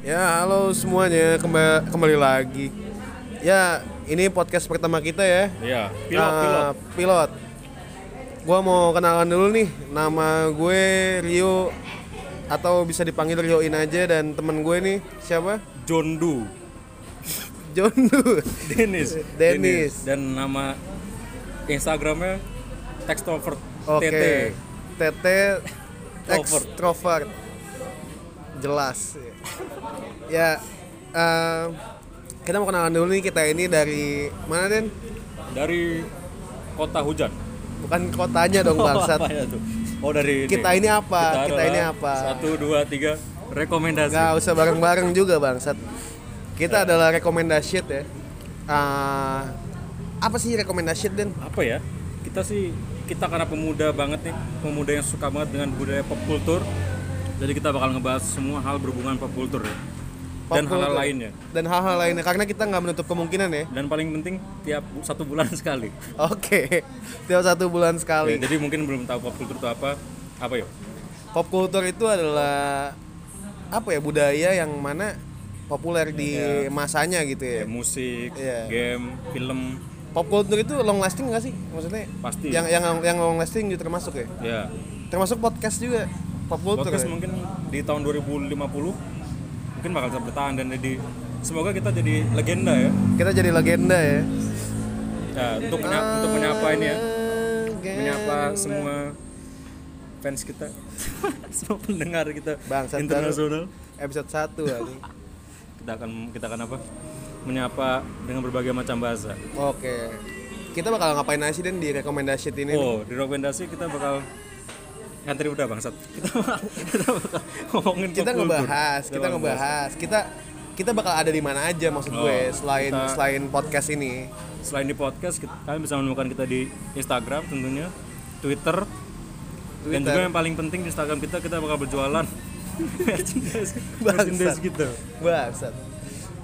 Ya, halo semuanya, kembali, kembali lagi. Ya, ini podcast pertama kita ya. Iya, Nah, pilot. Gua mau kenalan dulu nih. Nama gue Rio atau bisa dipanggil Rioin aja dan temen gue nih siapa? John Doe. Jondu. Dennis. Dennis. Dan nama Instagramnya Textrovert Oke. TT. TT Oh, extrovert. Jelas. Ya, eh, kita mau kenalan dulu nih kita ini dari mana Den? Dari kota hujan. Bukan kotanya dong bangsat. Oh, apa ya tuh? Oh dari ini. Kita ini apa? Kita ini adalah apa? Satu dua tiga rekomendasi. Gak usah bareng-bareng juga bangsat. Iya. Kita adalah rekomendasi ya. Ah, apa sih rekomendasi Den? Apa ya? Kita sih kita karena pemuda banget nih, pemuda yang suka banget dengan budaya pop culture. Jadi kita bakal ngebahas semua hal berhubungan pop culture ya. Dan Pop culture. hal-hal lainnya. Dan hal-hal lainnya karena kita nggak menutup kemungkinan ya. Dan paling penting tiap bu- satu bulan sekali. Oke, tiap satu bulan sekali. Ya, jadi mungkin belum tahu pop culture itu apa. Apa ya? yuk? pop culture itu adalah apa ya budaya yang mana populer di Iya. masanya gitu ya. Ya, musik, Iya. game, film, Pop culture itu long lasting nggak sih? Maksudnya pasti. yang yang yang long lasting juga termasuk ya. ya. Termasuk podcast juga pop culture. Podcast ya? mungkin di tahun 2050 mungkin bakal tetap bertahan dan jadi semoga kita jadi legenda ya. Kita jadi legenda ya. Ya, untuk menya- untuk Ah, menyapa ini ya, Legenda. menyapa semua fans kita, semua pendengar kita Bangsat internasional. Episode 1 kali. Kita akan kita akan apa? Menyapa dengan berbagai macam bahasa. Oke. Kita bakal ngapain aja sih dan di rekomendasi ini? Oh, di rekomendasi kita bakal ngantri udah bangsat. Kita bakal, kita bakal ngomongin kita pop culture. ngebahas, kita bakal ngebahas. Kita kita bakal ada di mana aja maksud Oh, gue selain kita- selain podcast ini. Selain di podcast, kita, kalian bisa menemukan kita di Instagram tentunya, Twitter, dan juga yang paling penting di Instagram kita kita bakal berjualan merchandise, merchandise gitu. kita. Bangsat.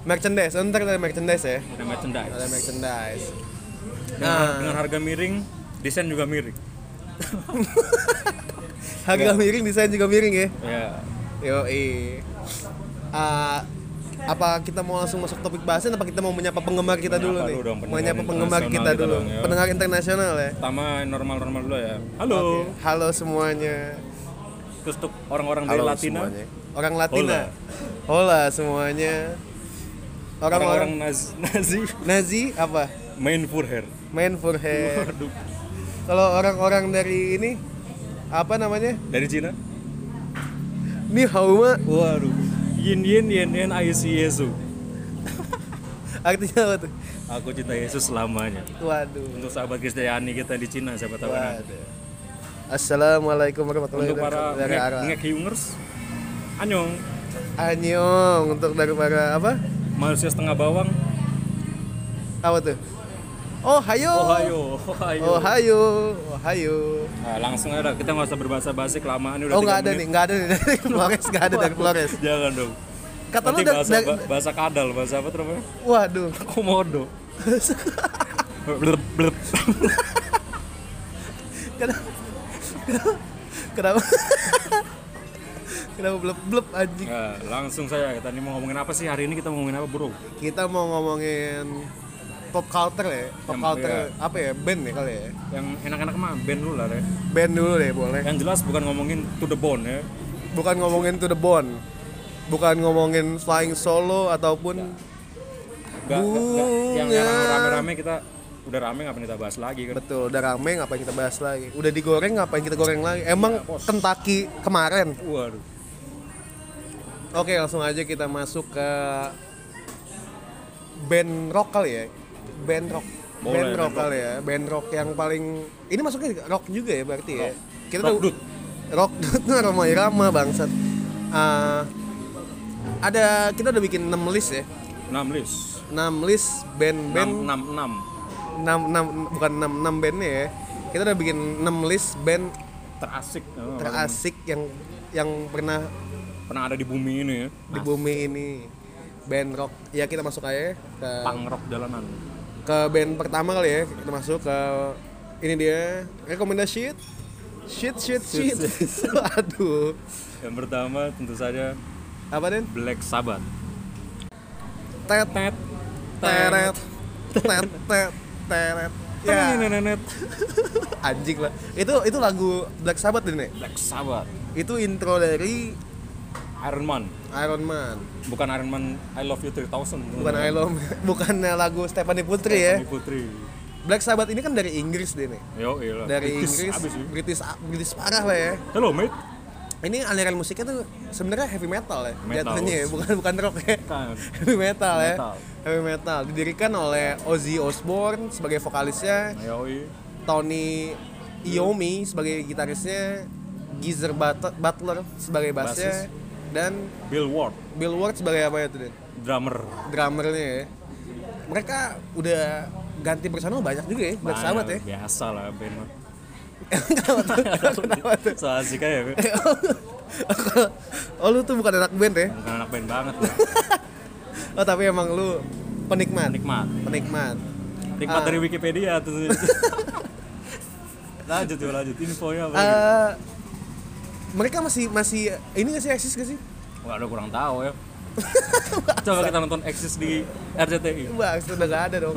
Merchandise, oh, ntar ada merchandise ya. Ada merchandise. Ada merchandise. Nah. Ah. Dengan, dengan harga miring, desain juga miring. Harga miring, desain juga miring ya. Ya, Yoi. Ah, apa kita mau langsung masuk topik bahasan apa kita mau menyapa penggemar kita dulu Menyapa nih? dulu dong, pendengar menyapa penggemar internasional kita kita dulu. dong, ya. pendengar internasional ya. pertama normal-normal dulu ya. Halo. Halo semuanya. Terus untuk orang-orang dari Latina, Orang Latina. Hola, semuanya. orang-orang Orang-orang Nazi, Nazi Nazi apa? main Führer. Main for hair. Waduh. Kalau orang-orang dari ini apa namanya? Dari Cina? Ni hao ma. Waduh. Yin yin yin yin IC Yesus. Artinya apa tuh? Aku cinta Yesus selamanya. Waduh. Untuk sahabat Kristiani kita di Cina siapa tahu kan. Waduh. Assalamualaikum warahmatullahi Untuk para wabarakatuh. Dari arah ngekiyungers, anyong, Anyong untuk dari para apa? manusia setengah bawang, Apa tuh? Oh, hayo. Ohio, Ohio. Oh, hayo. Oh, hayo. Nah, langsung aja dah, kita nggak usah berbahasa basi kelamaan ini udah Oh, tiga nggak ada nih, menit. nggak ada nih dari Flores, nggak ada dari Flores. Jangan dong. Kata lu Nanti dari, bahasa, dari ba- bahasa kadal, bahasa apa tuh namanya? waduh. Komodo. blep blep. Kenapa? Kenapa? Kenapa blep-blep anjing? Nah, langsung saya kita ini mau ngomongin apa sih hari ini kita mau ngomongin apa bro? Kita mau ngomongin pop culture ya, pop Yang- culture iya. apa ya? Band ya kali ya. Yang enak-enak mah band dulu lah ya. Band dulu deh boleh. Yang jelas bukan ngomongin to the bone ya. bukan ngomongin to the bone bukan ngomongin flying solo ataupun Ya. Gak, Yang yang rame-rame kita udah rame ngapain kita bahas lagi kan. betul udah rame ngapain kita bahas lagi udah digoreng ngapain kita goreng lagi Ya, emang Kentucky kemarin Waduh. oke langsung aja kita masuk ke band rock kali ya band rock Boleh, band band rock kali ya band rock yang paling ini masuknya rock juga ya berarti ya kita Rock udah- dude. rock dude Roma Irama bangsat Ah, ada kita udah bikin 6 list ya 6 list. 6 list band-band 6 6 enam enam bukan 6 6 bandnya ya. Kita udah bikin 6 list band 6 terasik. Oh, terasik yang yang pernah Pernah ada di bumi ini ya. di bumi ini. Band rock. Ya kita masuk aja ke Punk rock jalanan. ke band pertama kali ya. Kita masuk ke ini dia rekomendasi shit. Shit shit shit. Aduh. Yang pertama tentu saja apa Den? Black Sabbath. Tet Tet. teret tet tet teret. Ya, Tenenenet. anjing lah. Itu itu lagu Black Sabbath Den ya? Black Sabbath. Itu intro dari Iron Man. Iron Man. Bukan Iron Man I Love You 3000. Bukan Iron Man, bukannya lagu Stephanie Putri ya. Tony Putri. Black Sabbath ini kan dari Inggris Den ya? Yo, iya lah. Dari British Inggris, abis sih. British ah, British parah lah ya. Hello mate. Ini aliran musiknya tuh sebenarnya heavy metal ya Metal. jatuhnya ya, bukan bukan rock ya. Kan. heavy metal ya Metal. heavy metal didirikan oleh Ozzy Osbourne sebagai vokalisnya Yo, iya. Tony Iommi sebagai gitarisnya Geezer But- Butler sebagai bassnya Bassis. dan Bill Ward, Bill Ward sebagai apa ya tuh Den? drummer. drummernya ya mereka udah ganti personal banyak juga ya Black Sabbath ya Banyak, Biasa lah band mah. Kenapa tuh? Kenapa tuh? So asik aja. oh lu tuh bukan anak band ya? Bukan anak band banget lah. Oh tapi emang lu penikmat? Nikmat. Penikmat Nikmat Ah. dari Wikipedia tentunya. lanjut yuk lanjut ya, infonya apa? lagi? Eh, mereka masih masih ini nggak sih eksis gak sih? Wah, udah kurang tahu ya. Coba kita nonton eksis di RCTI. Wah, sudah nggak ada dong.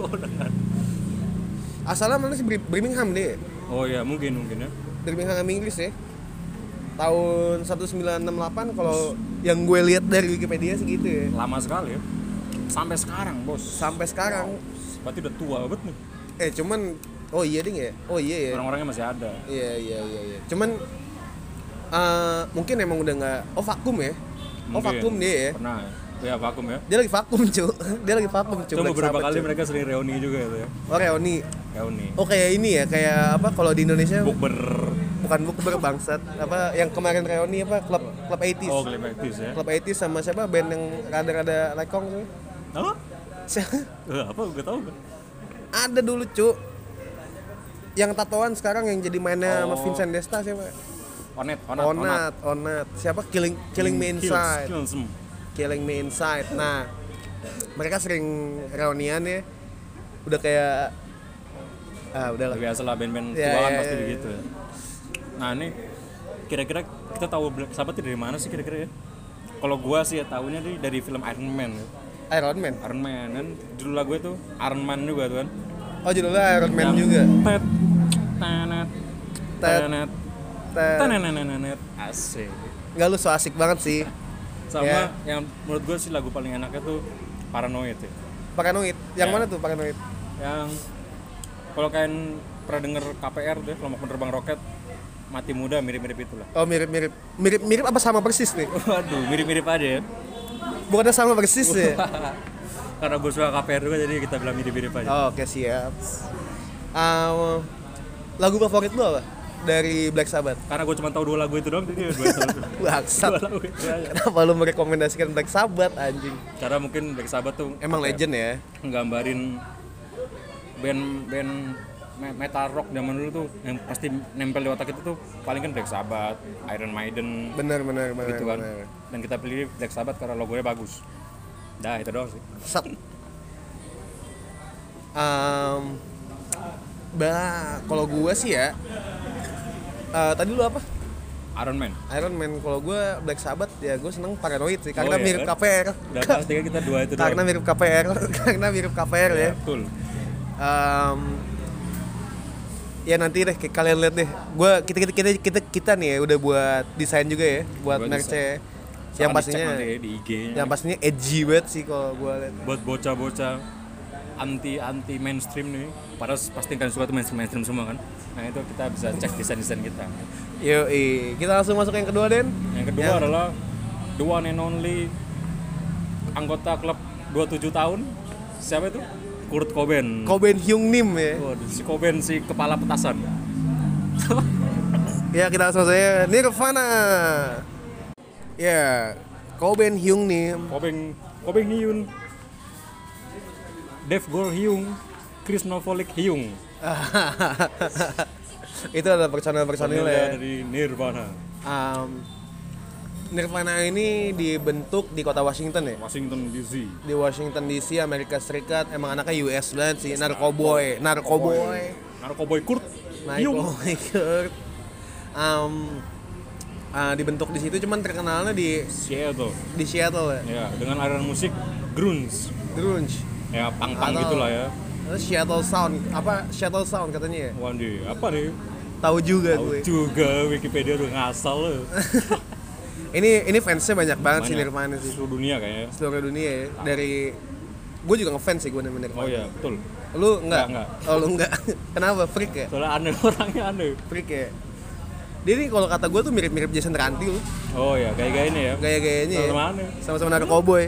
Asalnya mana sih Bir- Birmingham deh, Oh iya, mungkin mungkin ya. Birmingham Inggris ya. Tahun 1968 kalau yang gue lihat dari Wikipedia sih gitu ya. Lama sekali ya. Sampai sekarang, Bos. Sampai sekarang. Berarti udah tua banget nih. Eh cuman oh iya ding ya. Oh iya ya. Orang-orangnya masih ada. Iya iya iya iya. Cuman eh, mungkin emang udah nggak oh vakum ya. Oh Mungkin. vakum dia ya. Pernah. Ya, vakum ya. Dia lagi vakum, cu. Dia lagi vakum, cu. Cuma Black beberapa Sabbath, kali cu. mereka sering reuni juga itu ya. Oh, reuni. Reuni. Oh kayak ini ya, kayak apa kalau di Indonesia Bukber. bukan bukber bangsat apa yang kemarin reuni apa klub klub 80s. Oh, klimaktis ya. Klub 80s sama siapa band yang rada-rada lekong tuh. Apa? Siapa? Eh, apa gue tahu kan? Ada dulu, Cuk. Yang tatoan sekarang yang jadi mainnya sama Oh. Vincent Desta siapa? Onet, onet, onet. Onat, Onat. Siapa? Killing Killing Me Kills, Inside. kills, hmm. Killing Me Inside. Nah, mereka sering reunian ya. Udah kayak ah udahlah. biasa lah band-band Ya, tua kan ya, pasti ya, begitu ya. Nah ini kira-kira kita tahu Black Sabbath dari mana sih kira-kira ya? Kalau gua sih ya tahunya dari, dari film Iron Man. ya. Iron Man. Iron Man kan judul lagu itu Iron Man juga tuh kan. Oh judulnya Iron Man juga. Tet, tenet, Tet, tenet, Tet. tenenenenet. Asik. Nggak lu so asik banget sih Sama Ya. yang menurut gua sih lagu paling enaknya tuh Paranoid ya. Paranoid Yang mana tuh Paranoid? Yang kalau kalian pernah denger KPR tuh ya, kelompok penerbang roket mati muda mirip-mirip itulah. Oh mirip-mirip Mirip-mirip apa sama persis nih? Waduh, mirip-mirip aja ya. Bukannya sama persis ya? Karena gue suka KPR juga jadi kita bilang mirip-mirip aja. Oh, Oke siap Ehm, Lagu favorit lu apa? Dari Black Sabbath? Karena gue cuma tahu dua lagu itu doang jadi ya dua, dua, dua Bangsat lagu itu aja. Kenapa lu merekomendasikan Black Sabbath anjing? Karena mungkin Black Sabbath tuh Emang legend ya? nggambarin band-band me- metal rock zaman dulu tuh yang pasti nempel di otak itu tuh paling kan Black Sabbath, Iron Maiden Bener bener bener, gitu kan. bener. Dan kita pilih Black Sabbath karena logonya bagus. Dah itu doang sih. Sat Ehm, Bah, kalau gue sih ya eh, Tadi lu apa? Iron Man. Iron Man kalau gue Black Sabbath ya gue seneng paranoid sih karena Oh, iya mirip kan? KPR Udah pasti kan kita dua itu doang. karena mirip KPR karena mirip KPR ya Betul. Em, ya nanti deh ke- kalian lihat deh gue kita kita kita kita kita nih ya udah buat desain juga ya buat Buat merch yang desain. Sama dicek pastinya nanti ya di IG-nya. yang pastinya edgy banget sih kalau gue lihat buat bocah-bocah anti anti mainstream nih padahal pasti kan suka tuh mainstream mainstream semua kan nah itu kita bisa cek desain desain kita yo kita langsung masuk yang kedua den yang kedua adalah the one and only anggota klub 27 tahun siapa itu Kurt Cobain Koben Hyung Nim ya Waduh, si Cobain si kepala petasan Ya kita langsung saja Nirvana. Ya, Koben Hyung Nim, Cobain Cobain Hyun Dave Gor Hyung Chris Novolik Hyung itu ada personil-personil ya. Personilnya dari Nirvana Um, Nirvana ini dibentuk di kota Washington ya. Washington DC Di Washington DC, Amerika Serikat. Emang anaknya US banget sih, narkoboy, narkoboy. Narkoboy Kurt Naik Hyung oh my God. Um, ah, dibentuk di situ cuman terkenalnya di Seattle di Seattle ya ya dengan aliran musik grunge grunge ya pang pang Atau- gitulah ya Terus Seattle Sound apa Seattle Sound katanya ya Wandi apa nih tahu juga tahu gue juga Wikipedia udah ngasal lo ini ini fansnya banyak banget sih Nirvana sih seluruh dunia kayaknya seluruh dunia ya dari gue juga ngefans sih gue sama Nirvana oh ya betul lu enggak? Enggak, oh lu enggak kenapa freak ya soalnya aneh orangnya aneh freak ya dia ini kalau kata gue tuh mirip-mirip Jason Ranti lu oh ya kayak kayak ini ya gaya-gayanya ya Sama aneh sama-sama naruh cowboy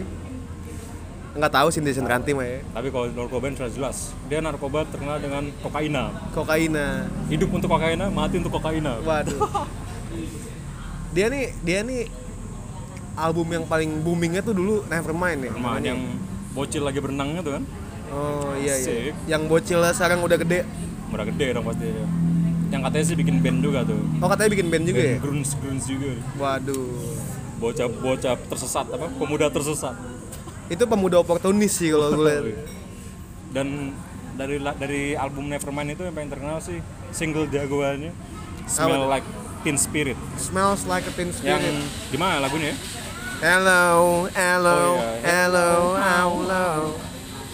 nggak tahu sih Jason Ranti mah ya tapi kalau narkoba ini sudah jelas dia narkoba terkenal dengan kokaina kokaina hidup untuk kokaina mati untuk kokaina waduh dia nih dia nih album yang paling boomingnya tuh dulu Nevermind ya sama namanya. yang bocil lagi berenangnya tuh kan oh iya iya Sick. yang bocilnya sekarang udah gede murah gede dong pasti yang katanya sih bikin band juga tuh oh katanya bikin band juga ya band grunge grunge juga waduh bocah bocah tersesat apa pemuda tersesat itu pemuda oportunis sih kalau gue lihat dan dari la- dari album Nevermind itu yang paling terkenal sih single jagoannya Smell Like Teen Spirit smells like a teen yang spirit gimana lagunya ya? hello hello Oh, iya. hello hello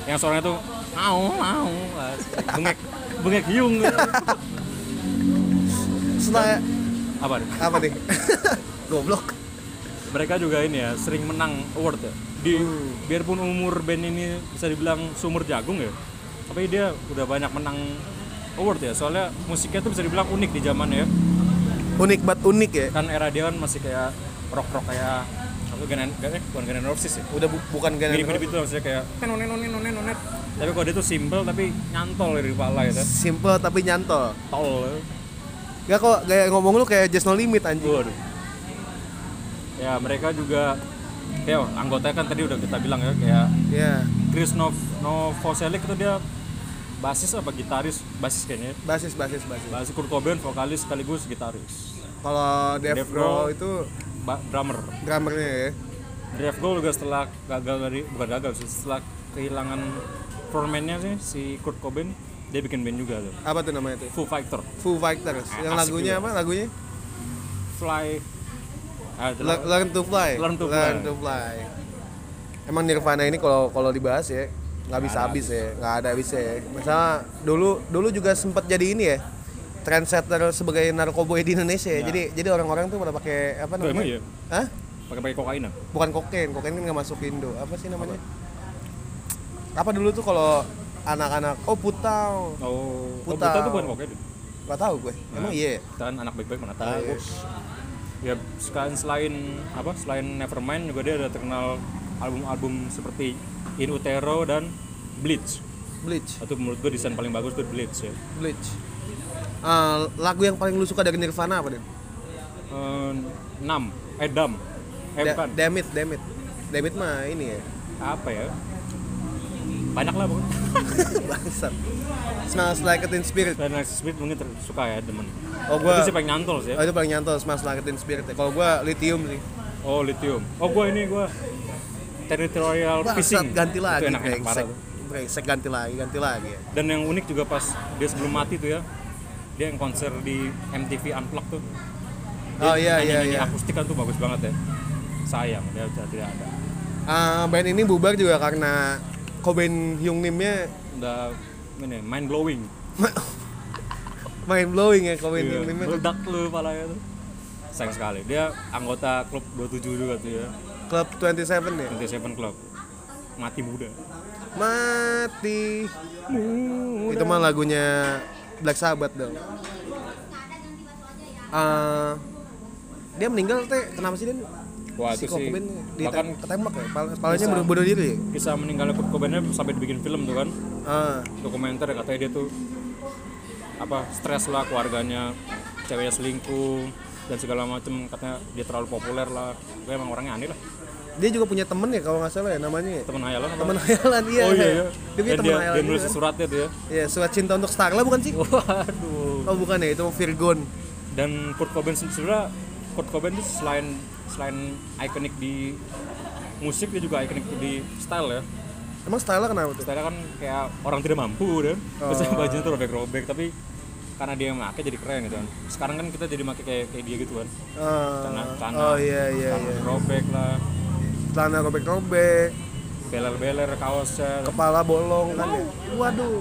yang suaranya tuh au au bengek bengek hiung setelah apa nih? apa nih goblok mereka juga ini ya sering menang award ya di biarpun umur band ini bisa dibilang sumur jagung ya tapi dia udah banyak menang award ya soalnya musiknya tuh bisa dibilang unik di zaman ya unik banget unik ya kan era dia kan masih kayak rock rock kayak apa genen eh, bukan genen Roses ya udah bu- bukan gak mirip mirip itu maksudnya kayak nenonet nenonet nenonet nenonet tapi kalau dia tuh simple tapi nyantol dari kepala ya kan. simple tapi nyantol tol ya. Gak kok kayak ngomong lu kayak Just No Limit anjing. waduh ya mereka juga ya anggotanya kan tadi udah kita bilang ya kayak Iya, Chris Nov Novoselic itu dia basis apa gitaris basis kayaknya ya. basis basis basis. basis Kurt Cobain vokalis sekaligus gitaris Kalau Dave Dave Grohl Grohl. itu ba- drummer drummernya ya. Dave Grohl juga setelah gagal dari bukan gagal sih setelah kehilangan frontman-nya sih si Kurt Cobain dia bikin band juga tuh Apa tuh namanya itu? Foo Fighter Foo Fighters. Yang Ah, Asik lagunya juga. apa? Lagunya Fly ah, itu Le- lah. Learn to Fly. Learn to Fly. Fly. Emang Nirvana ini kalau kalau dibahas ya nggak bisa habis ya, nggak ada habisnya ya. Masalah dulu dulu juga sempat jadi ini ya trendsetter sebagai narkoboy di Indonesia ya. Jadi jadi orang-orang tuh pada pakai apa Tuh, Iya. emang namanya? iya Hah? pakai pakai kokain ah? bukan kokain, kokain kan nggak masuk Indo. Apa sih namanya? Apa dulu tuh kalau anak-anak oh putau oh oh, Putau. buta tuh bukan kokain tuh. nggak tahu gue emang iya ya? kan anak baik-baik mana Ah, iya. tahu ya selain selain apa selain Nevermind juga dia ada terkenal album-album seperti In Utero dan Bleach bleach itu menurut gue desain paling bagus tuh Bleach ya bleach Eh, lagu yang paling lu suka dari Nirvana apa deh? Eh, enam eh Dam eh bukan Damn it, damn it. Damn it mah ini ya. apa ya banyak lah pokoknya Bangsat. Smells like a teen spirit. dan Alexis Smith mungkin ter- suka ya demen Oh gua itu sih paling nyantol sih oh, ya. itu paling nyantol Smells like a teen spirit. ya. Kalau gua lithium sih. oh Lithium oh gue ini gue Territorial Bangsat Fishing ganti lagi. itu enak-enak parah brengsek. tuh. Brengsek ganti lagi, ganti lagi. ya. dan yang unik juga pas dia sebelum mati tuh ya dia yang konser di MTV Unplugged tuh Oh iya iya nyanyi iya. akustik kan tuh bagus banget ya sayang dia udah tidak ada Eh, band ini bubar juga karena Cobain Hyung Nimnya udah ini mind blowing mind blowing ya Cobain Iya, Hyung Nimnya. meledak lu palanya tuh sayang sekali dia anggota klub 27 juga tuh ya Club 27 ya. 27 Club mati muda Mati. Itu mah lagunya Black Sabbath dong. Eh, dia meninggal teh kenapa sih dia? wah si itu Kurt sih Cobain di bahkan ketembak ya, pal- palanya bunuh, bunuh diri ya? kisah meninggalnya Kurt Cobain sampai dibikin film tuh kan Ah, dokumenter ya, katanya dia tuh apa stres lah keluarganya ceweknya selingkuh dan segala macem katanya dia terlalu populer lah gue emang orangnya aneh lah dia juga punya temen ya kalau nggak salah ya namanya. ya? temen hayalan apa? Temen hayalan iya. oh iya, iya. Dia punya Dan temen dia, hayalan. dia nulis juga kan. suratnya tuh ya Iya, surat cinta untuk Starla bukan sih? waduh Oh bukan ya, itu Virgon. dan Kurt Cobain se- sebenarnya Kurt Cobain tuh selain selain ikonik di musik dia juga ikonik di style ya Emang Starla kenapa tuh? ya. Oh. style kan kayak orang tidak mampu deh biasanya bajunya tuh robek-robek tapi karena dia yang make jadi keren gitu kan sekarang kan kita jadi make kayak kayak dia gitu kan Ah, Tanah- tanah. oh iya iya iya. robek lah Celana robek-robek, beler-beler kaosnya kepala bolong kan ya. Waduh.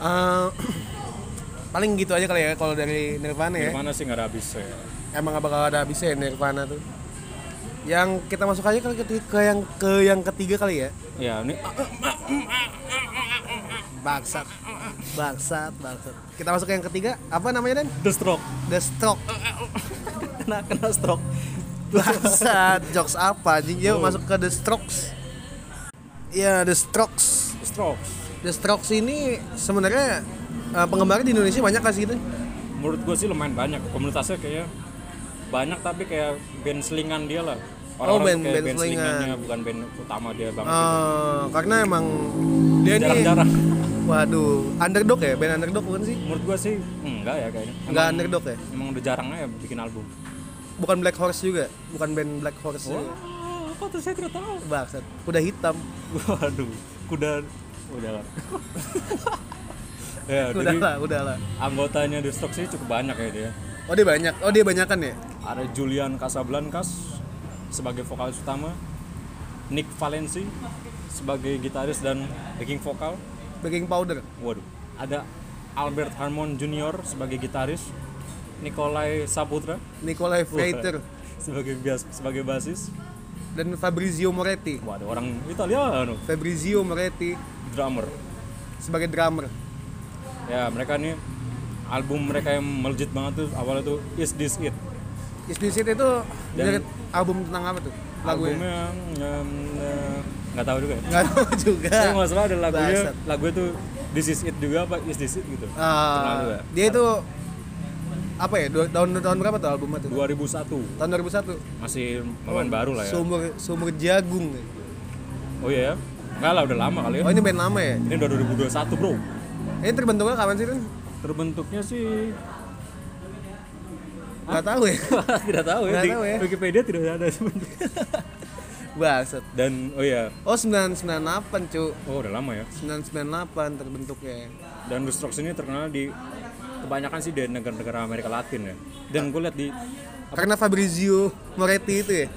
Ah, paling gitu aja kali ya kalau dari Nirvana ya. gimana sih nggak ada habisnya Emang gak bakal ada habisnya ya Nirvana tuh. Yang kita masuk aja kali ke, ke yang ke yang ketiga kali ya. ya ini Bangsat. Bangsat, bangsat. Kita masuk ke yang ketiga, apa namanya Dan? the stroke The Stroke. kena kena stroke Bangsat, jokes apa anjing? Yuk masuk ke The Strokes. Ya, The Strokes. stroke The Strokes ini sebenarnya eh, penggemarnya di Indonesia banyak kasih gitu. menurut gue sih lumayan banyak komunitasnya kayaknya banyak tapi kayak band selingan dia lah Oh, band- tuh kayak band selingan. selingannya bukan band utama dia banget Eh, karena emang dia ini jarang-jarang waduh, underdog ya, band underdog bukan sih? menurut gue sih enggak ya kayaknya Enggak underdog ya? emang udah jarang aja bikin album Bukan Black Horse juga, bukan band Black Horse. juga. Oh. wah Ah, apa tuh saya tidak tahu Bangsat, kuda hitam. waduh kuda udah lah ya jadi Udahlah, udahlah. anggotanya The Strokes sih cukup banyak ya dia Oh, dia banyak. Oh, dia banyakan ya? ada Julian Casablancas sebagai vokalis utama Nick Valenci sebagai gitaris dan backing vokal Baking powder. waduh ada Albert Harmon Jr. sebagai gitaris Nikolai Saputra Nikolai Freiter sebagai bias sebagai basis dan Fabrizio Moretti. waduh orang Italiano Fabrizio Moretti drummer sebagai drummer. ya mereka nih album mereka yang melejit banget tuh awalnya tuh Is This It Is This It itu dari album tentang apa tuh? Lagunya? albumnya em, eh, nggak tahu juga ya Nggak tahu juga. Tapi masalah ada lagunya, Ah. Bangsat. lagunya tuh This Is It juga apa Is This It gitu. Terkenal Ah, juga. dia itu apa ya? dua- Tahun tahun berapa tuh albumnya tuh? 2001 Tahun 2001. masih pemain baru lah ya. Sumur sumur jagung. Oh iya ya, nggak lah udah lama kali ya. Oh ini band lama ya? Ini udah 2021 bro. Ini terbentuknya kapan sih kan? Terbentuknya sih Nggak tahu ya. tidak tahu ya. Nggak Di tahu ya. Wikipedia tidak ada sebenarnya. Bangsat. Dan oh iya, Oh 998 cu. oh udah lama ya. 998 terbentuknya. Dan The Strokes ini terkenal di kebanyakan sih di negara-negara Amerika Latin ya. Dan gue lihat di Karena Fabrizio Moretti itu ya.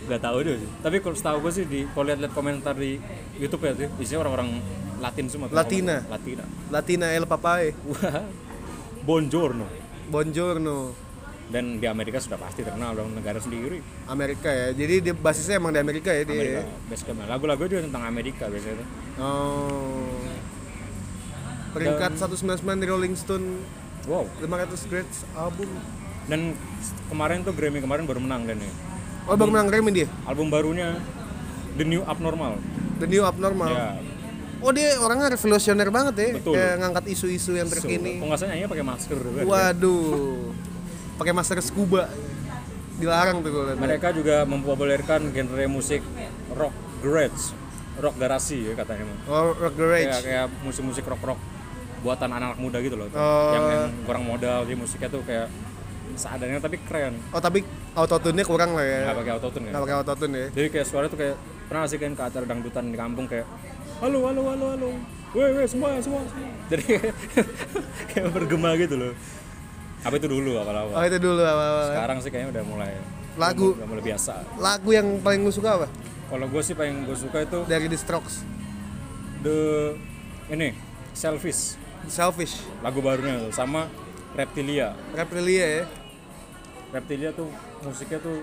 nggak tahu deh sih. Tapi kalau setahu gue sih di kalau lihat-lihat komentar di YouTube ya tuh isinya orang-orang Latin semua. tuh. Latina. Latina. Latina El Papae. Wah, Bonjourno. Bongiorno. Dan di Amerika sudah pasti terkenal dong negara sendiri. Amerika ya. Jadi dia basisnya emang di Amerika ya dia. Amerika, basically. Lagu-lagu juga tentang Amerika biasanya. tuh. Oh. Peringkat 199 di Rolling Stone Wow. 500 Greats album. Dan kemarin tuh Grammy kemarin baru menang dan nih. Oh, baru menang Grammy dia. Album barunya The New Abnormal. The New Abnormal. Ya. Oh, dia orangnya revolusioner banget ya. Betul. Kayak ngangkat isu-isu yang So, terkini. pengasannya nyanyi ya pakai masker. juga. Waduh. Pakai masker scuba. Dilarang tuh kalau Mereka juga mempopulerkan genre musik rock garage, rock garasi ya katanya. Mang. Oh, Rock Garage. Kayak kayak musik-musik rock-rock buatan anak-anak muda gitu loh. Oh. Yang, yang kurang modal, jadi musiknya tuh kayak seadanya tapi keren. Oh, tapi autotune-nya kurang lah ya. nggak pakai autotune ya Nggak pakai autotune ya. jadi kayak suara tuh kayak pernah nggak sih kan ke acara dangdutan di kampung kayak halo halo halo halo weh weh semua semua semua jadi kayak- kayak bergema gitu loh apa itu dulu awal awal Oh, itu dulu apa-apa. sekarang sih kayaknya udah mulai Lagu udah mulai biasa lagu yang paling lu suka apa? kalau gue sih paling gue suka itu Dari The Strokes. the ini selfish Selfish. lagu barunya tuh, sama reptilia Reprilia ya. reptilia tuh musiknya tuh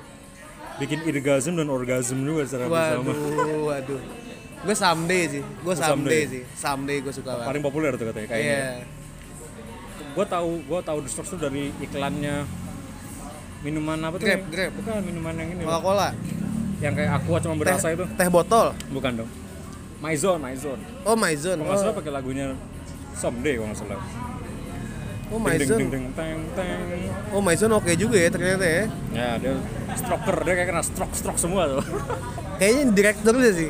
bikin irgasm dan orgasm juga secara bersama Waduh, waduh. Gue someday sih. Gue someday, sih. Someday gue suka banget. paling populer tuh katanya kayaknya Iya. gue tahu gue tahu The Strokes tuh dari iklannya minuman apa tuh? Grab, yang- Grab. Bukan minuman yang ini. loh. Coca-Cola. Yang kayak aqua cuma Teh, berasa itu. teh botol. Bukan dong. My Zone, My Zone. Oh, my zone. Kalau nggak salah pakai lagunya Someday kalau nggak salah. Oh, my ding, ding, zone. ding, teng, teng. Oh, my zone oke juga ya ternyata ya. Ya, dia stroker, dia kayak kena stroke stroke semua tuh. Kayaknya direkturnya sih.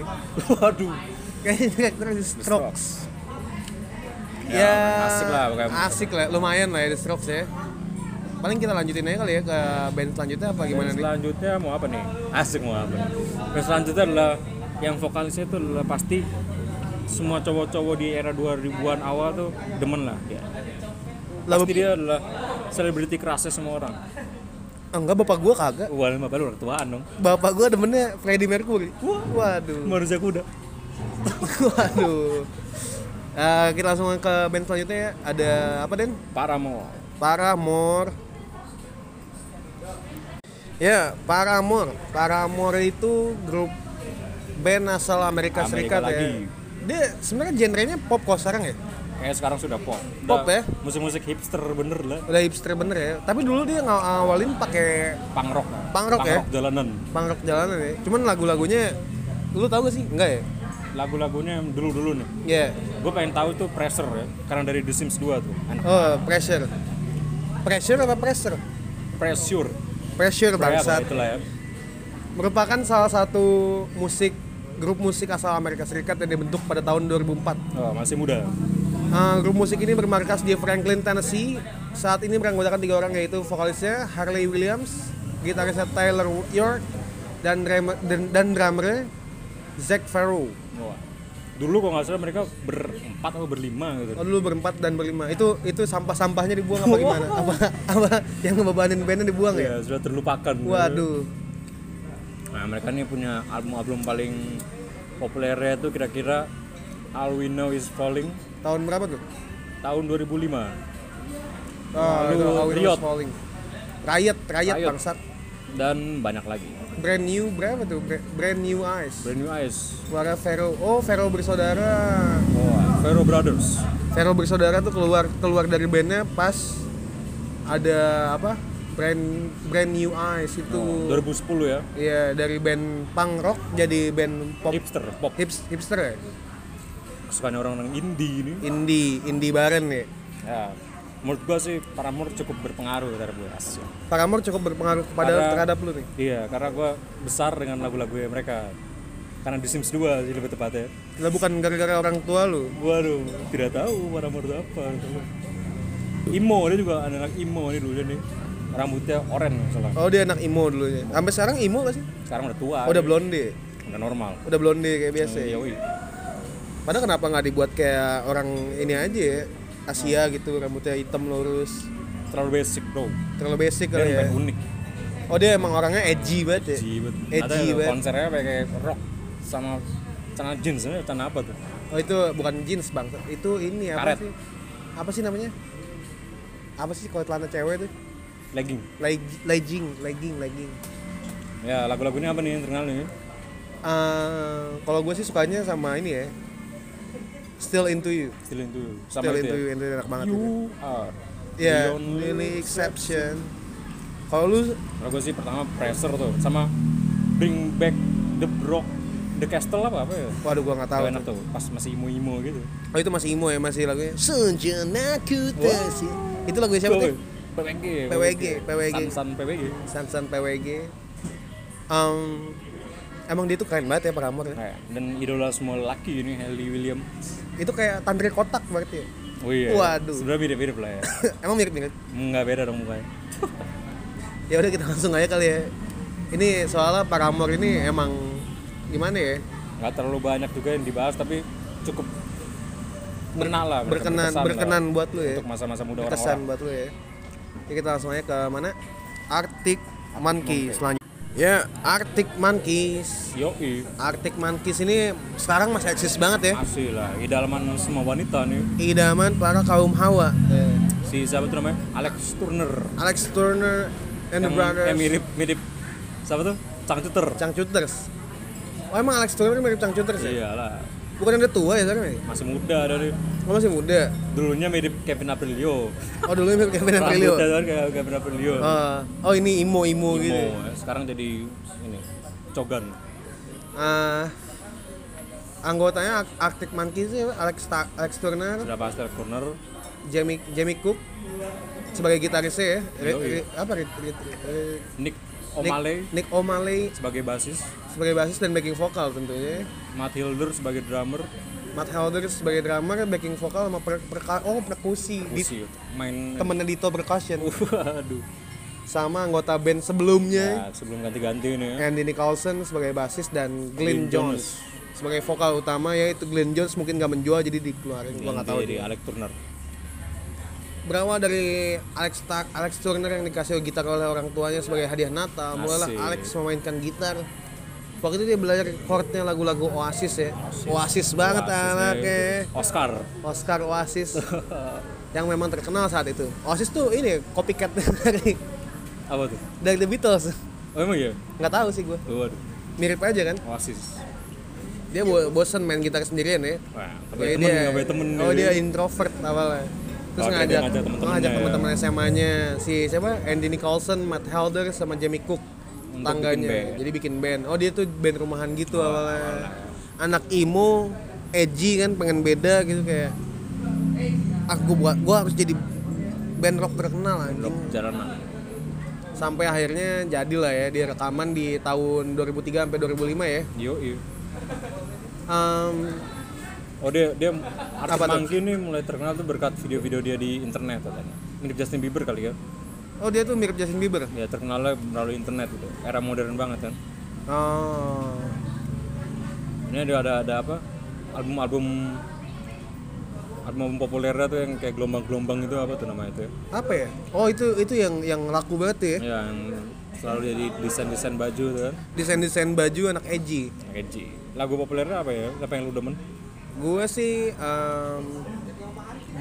Waduh. Kayaknya direkturnya The Strokes. Ya, asik lah, bukan. Asik lah, lumayan lah ya The Strokes ya. Paling kita lanjutin aja kali ya ke band selanjutnya apa gimana Dan nih? selanjutnya mau apa nih? Asik mau apa? Dan selanjutnya adalah yang vokalisnya itu adalah pasti Ya. semua cowok-cowok di era 2000-an awal tuh demen lah dia. Lah, pasti dia adalah selebriti kerasnya semua orang enggak bapak gua kagak wah lima baru orang tuaan dong bapak gua demennya Freddie Mercury waduh manusia kuda waduh Eh, kita langsung ke band selanjutnya ya ada apa Den Paramore Paramore. Ya, Paramore. Paramore itu grup band asal Amerika, Amerika Serikat lagi. ya. Dia sebenarnya genrenya pop kok sekarang ya. kayak sekarang sudah pop Pop ya? Udah musik-musik hipster bener lah Udah hipster bener ya. Tapi dulu dia ngawalin pakai punk rock Punk rock ya? jalanan punk rock jalanan ya. Cuman lagu-lagunya lu tahu gak sih? Enggak ya? lagu-lagunya yang dulu-dulu nih Ya. gue pengen tahu tuh pressure ya karena dari The Sims 2 tuh anak Oh, pressure. Pressure apa pressure? pressure Pressure Kayak apa bangsat. itulah ya Merupakan salah satu musik grup musik asal Amerika Serikat yang dibentuk pada tahun 2004. Oh, masih muda Uh, grup musik ini bermarkas di Franklin, Tennessee. Saat ini beranggotakan tiga orang yaitu vokalisnya Harley Williams, gitarisnya Tyler York, dan drummer, dan, dan drummernya Zack Farrow. Wah. dulu kok nggak salah mereka berempat atau berlima gitu Oh, dulu berempat dan berlima. Itu itu sampah-sampahnya dibuang apa gimana? Apa apa yang ngebebanin bandnya dibuang ya? ya sudah terlupakan Waduh. nah mereka nih punya album-album paling populernya itu kira-kira All We Know Is Falling Tahun berapa tuh? tahun 2005 Oh, Lalu itu How It Was Riot. Falling. Riot, Riot, Riot. bangsat. dan banyak lagi Brand new berapa tuh? Bra- Brand new eyes. Brand New Eyes Suara Farrow. Oh, Farrow bersaudara. Wah, Vero Brothers Vero bersaudara tuh keluar keluar dari bandnya pas ada apa brand brand new eyes itu 2010 ya ya dari band punk rock jadi band pop hipster pop hips, hipster ya kesukaan orang-orang indie ini indie indie baren ya ya menurut gua sih Paramore cukup berpengaruh terhadap gue asli Paramore cukup berpengaruh kepada Ada- terhadap lu nih iya karena gua besar dengan lagu-lagu mereka karena di Sims 2 sih lebih tepatnya Lah bukan gara-gara orang tua lu waduh tidak tahu Paramore itu apa Imo dia juga anak Imo ini dulu dia nih rambutnya oranye salah oh dia anak emo dulunya sampai sekarang emo gak sih sekarang udah tua oh, udah blonde udah normal udah blonde kayak biasa ya Yoi. padahal kenapa nggak dibuat kayak orang ini aja ya Oh. Asia gitu rambutnya hitam lurus terlalu basic bro terlalu basic dia kali ya bukan unik Oh dia emang orangnya edgy banget ya? Iya, Edgy banget. Edgy Ada banget. konsernya pakai rock sama celana jeans ini celana apa tuh Oh itu bukan jeans bang, itu ini apa Karet. sih? Apa sih namanya? Apa sih kalau celana cewek itu? legging Leg- Legging, legging, legging. ya lagu-lagunya apa nih yang terkenal nih Eh, kalau gue sih sukanya sama ini ya. Still into you. Still into you sama Still itu into ya you, itu enak banget. itu. You are Ya, the only really exception. Kalau lu Kalau gue sih pertama pressure tuh sama bring back the brock the castle apa apa ya? Waduh gua nggak tahu. Gak enak tuh pas masih imo-imo gitu. Oh itu masih emo ya, masih lagunya. Sejenaku tersiar. Itu lagunya siapa tuh? PWG. PWG, PWG. San PWG. Sansan PWG. Em, emang dia tuh keren banget ya Paramore. ya. Nah, dan idola semua laki ini Haley Williams. Itu kayak tantri kotak berarti ya. Oh iya. Waduh. Sebenarnya beda-beda lah ya. emang mirip-mirip. Enggak beda dong mukanya. Ya udah kita langsung aja kali ya. Ini soalnya Paramore ini emang gimana ya? Enggak terlalu banyak juga yang dibahas tapi cukup berkenal lah. mereka Berkenan berkesan lah berkenan buat lu ya. untuk masa-masa muda orang-orang. Berkesan buat lu ya. Ya kita langsung aja ke mana? Arctic Monkey selanjutnya. Ya, Arctic Monkeys. Yoi, Arctic Monkeys ini sekarang masih eksis banget ya. asli lah. Idaman semua wanita nih. Idaman para kaum hawa. Ya. Si siapa tuh namanya? Alex Turner. Alex Turner and the yang, Brothers. yang mirip mirip siapa tuh cangcuter Cangcuters. Oh emang Alex Turner mirip Cangcuters Iya. ya? iyalah Bukan udah tua ya sekarang ya? masih muda dari Oh masih muda. dulunya mirip Kevin Aprilio Oh dulu mirip Kevin Aprilio. Rambutnya kan kayak Kevin Aprilio Ah, oh ini imo imo Imo, gitu. sekarang jadi ini cogan Ah, anggotanya Ar- Arctic Monkeys ya, Alex Ta- Alex Turner, sudah bahas Alex Turner Jamie Jamie Cook sebagai gitarisnya ya. Ri- Yoi. ri- apa Ri- ri- ri- Nick O'Malley Nick, Nick O'Malley sebagai bassist sebagai bassist dan backing vokal tentunya. Matt Hilder sebagai drummer Matt Helder sebagai drummer, backing vokal sama per- perka- oh perkusi. Di- Usi ya. main temennya Dito percussion waduh sama anggota band sebelumnya nah, sebelum ganti-ganti ini ya Andy Nicholson sebagai bassist dan Glenn Glenn Jones sebagai vokal utama yaitu Glenn Jones mungkin gak menjual jadi dikeluarin gua nggak tahu ganti jadi Alex Turner berawal dari Alex Stark, Alex Turner yang dikasih gitar oleh orang tuanya sebagai hadiah Natal. Mulailah Asik. Alex memainkan gitar. Waktu itu dia belajar chordnya lagu-lagu Oasis ya. Oasis banget Oasis, anaknya. nih. Oscar. Oscar Oasis yang memang terkenal saat itu. Oasis tuh ini copycat dari Apa tuh? dari The Beatles. Oh, emang ya? Nggak tahu sih gue. Waduh. Mirip aja kan. Oasis. Dia bo- bosen main gitar sendirian ya. Wah, Jadi temen, nggak punya temen. gitu ya? Oh dia introvert awalnya. Terus Oke, dia ngajak, ngajak ngajak temen-temennya ya. teman-teman SMA-nya si siapa Andy Nicholson, Matt Helder sama Jamie Cook tangganya. bikin band. Oh, Jadi bikin band. Oh dia tuh band rumahan gitu awalnya. Anak emo, edgy kan, pengen beda gitu kayak. Aku buat, gua harus jadi band rock terkenal anjing. jalanan. Sampai akhirnya jadilah ya dia rekaman di tahun 2003 sampai 2005 ya. Yo, iya. yo. Em, Oh dia dia artis Apa tuh? Monkey ini mulai terkenal tuh berkat video-video dia di internet katanya. Mirip Justin Bieber kali ya. oh dia tuh mirip Justin Bieber. Ya terkenalnya melalui internet gitu. Era modern banget kan. Oh. Ini ada ada, ada apa? Album-album album populer tuh yang kayak gelombang-gelombang itu apa tuh namanya itu ya? apa ya? Oh itu itu yang yang laku banget tuh ya. Yang selalu jadi desain-desain baju tuh kan. Desain desain baju anak edgy. Keji. Lagu populernya apa ya? Apa yang lu demen? Gue sih em,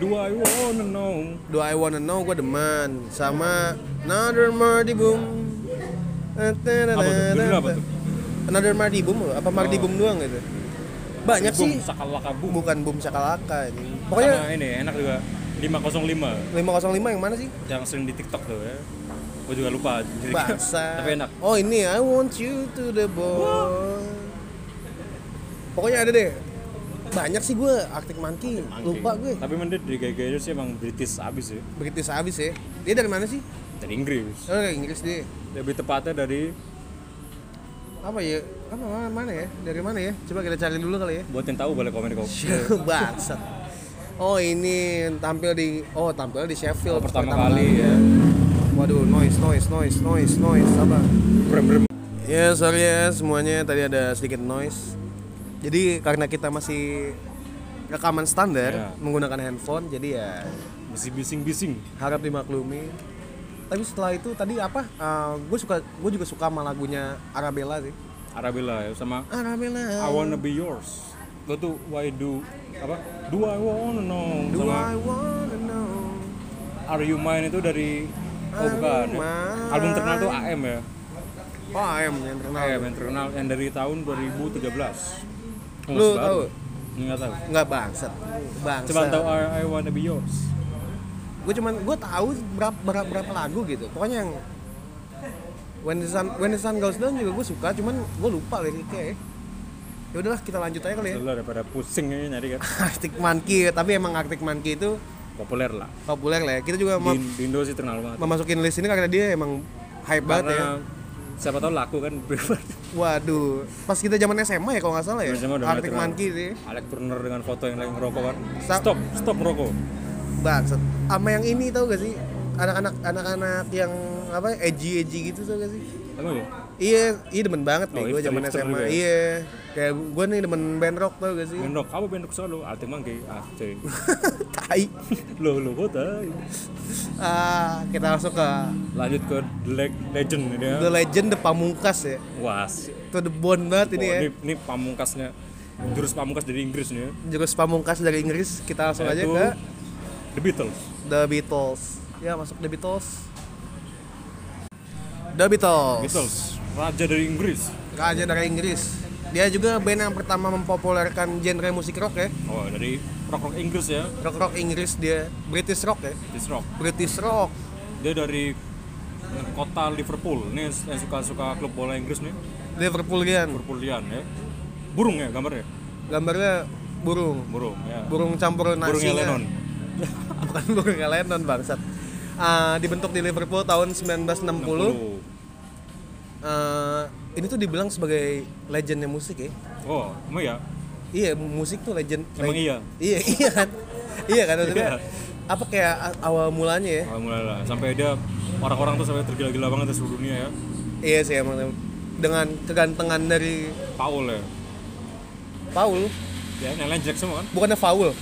Do I wanna know? Do I Wanna Know gue demen sama Another Mardi Boom. Apa tuh? Judulnya apa tuh? Oh. Another Mardi Boom loh, apa Mardi Boom doang gitu? Banyak Boom, sih. Sakalaka Boom. Bukan Boom Shakalaka ini. Pokoknya Sama ini enak juga. 505 505 yang mana sih? yang sering di TikTok tuh ya. Gue juga lupa. Jadi- Bahasa. Tapi enak. Oh ini I want you to the bone. Pokoknya ada deh. Banyak sih gue Arctic Monkey. Lupa ya? gue. Tapi mending di gaya sih emang British abis ya. British abis ya. Dia dari mana sih? Dari Inggris. Oh, dari Inggris dia. Lebih tepatnya dari Apa ya? Apa mana, mana ya? Dari mana ya? Coba kita cari dulu kali ya. buat yang tahu boleh komen di komen. Bangsat. Oh ini tampil di oh tampil di Sheffield pertama, kali ya. Waduh noise noise noise noise noise apa? Brem brem. Ya sorry ya semuanya tadi ada sedikit noise. Jadi karena kita masih rekaman standar Ya. menggunakan handphone jadi ya Masih bising bising. harap dimaklumi. Tapi setelah itu tadi apa? gue suka gue juga suka sama lagunya Arabella sih. Arabella ya sama I Arabella. wanna be yours. Lo tuh why do apa? Do I wanna know? Do sama Oh, I wanna know? Are you mine itu dari Oh bukan. you mine? Album terkenal tuh Iya. AM ya. Oh, I am yang terkenal. AM yang terkenal yang dari tahun 2013. Oh, Lu baru. tahu? Nggak tahu. Nggak bangsat. Bangsat. Cuma tahu I, I wanna be yours. Gue cuman gue tahu berapa, berapa berapa lagu gitu. Pokoknya yang When the Sun When the Sun Goes Down juga gue suka, cuman gue lupa liriknya ya. Ya udahlah kita lanjut aja kali ya. Dulu daripada pusing ini nyari kan. Arctic Monkey, tapi emang Arctic Monkey itu Populer lah. populer lah ya. Kita juga Di, mau di Indo sih terkenal banget. memasukin list ini karena dia emang hype banget ya. Karena siapa tahu laku kan Billboard. Waduh, pas kita zaman SMA ya kalau nggak salah ya. Zaman SMA udah Arctic nggak terkenal. Monkey sih. Alec Turner dengan foto yang lagi ngerokok kan. Sa- Stop, stop merokok. Bangsat. Sama yang ini tau gak sih? Anak-anak anak-anak yang apa edgy edgy gitu tau gak sih? Emang ya? Iya, iya demen banget nih Oh, gue hipster- zaman hipster SMA. juga ya? Iya. Kayak gue nih demen band rock tau gak sih? Bendok, apa bendok selalu? Alti mangki, ah cuy. Tai. Lo lo kota. Ah, kita masuk ke Lanjut ke The Leg- Legend ini ya. The Legend The Pamungkas ya. Wah, si- Itu the bond banget ini oh, ya. ini, ini pamungkasnya jurus pamungkas dari Inggris nih ya. Jurus Pamungkas dari Inggris, kita langsung aja Yaitu ke The Beatles. The Beatles. Ya, masuk The Beatles. The Beatles. Beatles, raja dari Inggris. Raja dari Inggris. Dia juga band yang pertama mempopulerkan genre musik rock ya. Oh, dari rock rock Inggris ya. rock rock Inggris dia British rock ya British rock. British rock Dia dari eh, kota Liverpool. Nih yang suka-suka klub bola Inggris nih. Liverpoolian Liverpoolian ya. Burung ya gambarnya. gambarnya burung Burung ya. burung ya? campur nasi Burungnya Lennon. bukan burung Lennon bangsat Ah, dibentuk di Liverpool tahun 1960 Oh. Ah, ini tuh dibilang sebagai legendnya musik ya Oh, emang ya? iya musik tuh legend Emang leg- iya. iya iya kan iya kan maksudnya apa kayak a- awal mulanya ya Oh, mulai lah. Sampai dia orang-orang tuh sampai tergila-gila banget di seluruh dunia ya. iya sih emang dengan kegantengan dari Paul ya. Paul Ya, yang lain jelek semua kan? bukannya Paul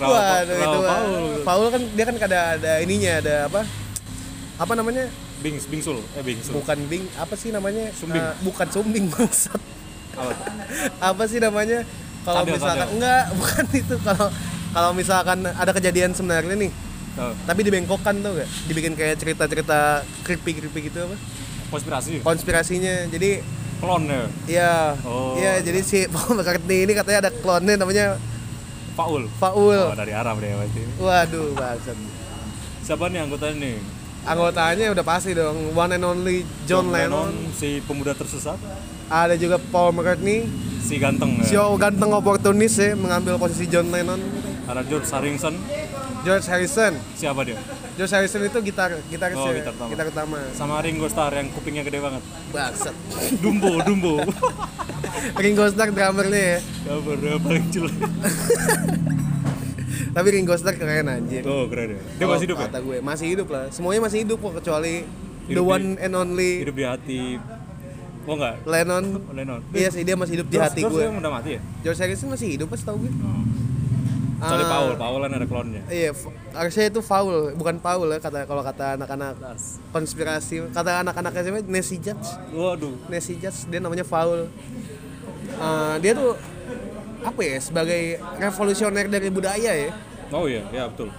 Raul, Waduh itu Raul mah. Paul, Paul kan dia kan ada ada ininya ada apa? Apa namanya? Bings, Bingsul, eh Bingsul. Bukan Bing, apa sih namanya? Sumbing. Eh, bukan Sumbing bangsat. Apa? apa sih namanya? Kalau Kadel, misalkan kadel. enggak, bukan itu kalau kalau misalkan ada kejadian sebenarnya nih, Eh, tapi dibengkokkan tuh gak? Dibikin kayak cerita-cerita creepy-creepy gitu apa? Iya. konspirasi, Konspirasinya. Jadi klon ya, ya, Oh. ya jadi si Paul McCartney ini katanya ada klonnya namanya Paul. Oh, Paul. dari Arab deh pasti. Waduh, bangsat. Siapa nih anggotanya nih? Anggotanya udah pasti dong, one and only John, Lennon. si pemuda tersesat, Ada juga Paul Eh. McCartney, si ganteng si ya. ganteng oportunis ya mengambil posisi John Lennon. Ada George Harrison, George Harrison, siapa dia? George Harrison itu gitar, gitaris Oh, ya, gitar utama. gitar utama. Sama Ringo Starr yang kupingnya gede banget. Bangsat. Dumbo, Dumbo. Ringo Starr drummernya ya. Kabar dia paling jelek. Tapi Ringo Starr keren anjir. Oh, keren ya. Dia masih hidup ya? Kata gue masih hidup lah. Semuanya masih hidup kok kecuali the Hidup di- one and only Hidup di hati. Oh enggak? Lennon. Lennon. Iya sih dia masih hidup di George- hati George Oh. gue. yang udah mati ya? George Harrison masih hidup pas tau gue. Kecuali Ah. Paul, Paul kan ada klonnya. Iya, f- harusnya itu Paul, bukan Paul ya kata kalau kata anak-anak konspirasi kata anak-anak SMA Nancy Judge Waduh. Nancy Judge dia namanya Paul Eh, dia tuh apa ya sebagai revolusioner dari budaya ya Oh iya, ya betul.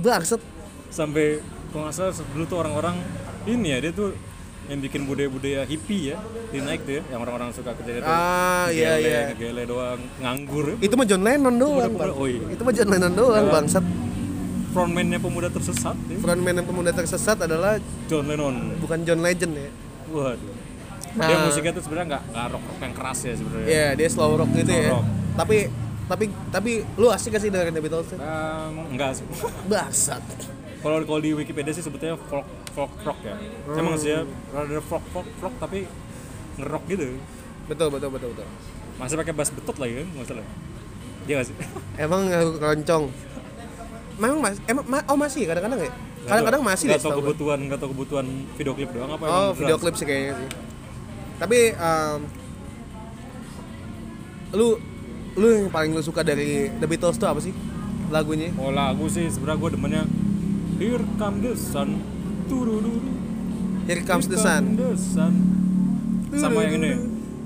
bangset Sampai kalau nggak salah dulu tuh orang-orang ini ya dia tuh yang bikin budaya-budaya hippie ya dinaik tuh ya yang orang-orang suka kerja itu ah iya iya gele doang nganggur itu mah John Lennon doang Pemuda-pemuda, Bang. oh iya. itu mah John Lennon doang bangsat frontman-nya pemuda tersesat ya. frontman yang pemuda tersesat adalah John Lennon bukan John Legend ya waduh dia Ah. musiknya tuh sebenarnya nggak nggak rock rock yang keras ya sebenarnya Iya, dia slow rock gitu ya Slow rock. tapi tapi tapi lu asik gak sih dengerin The Beatles Em, enggak sih bangsat kalau kalau di Wikipedia sih sebetulnya folk folk rock ya emang sih Hmm. ya rather folk folk rock tapi ngerok gitu betul betul betul betul masih pakai bass betot lagi kan nggak salah dia nggak sih Emang ngaku keroncong. Memang mas, emang ma- oh masih kadang-kadang ya. Kadang-kadang masih deh. nggak tahu setahu gue. kebutuhan nggak tahu kebutuhan video klip doang apa Oh, emang video beneran? klip sih kayaknya sih. Tapi em, lu lu yang paling lu suka dari The Beatles tuh apa sih? Lagunya? oh lagu sih sebenarnya gue demennya Here Come the Sun turururu Here Comes the Here Sun. the Sun sama yang ini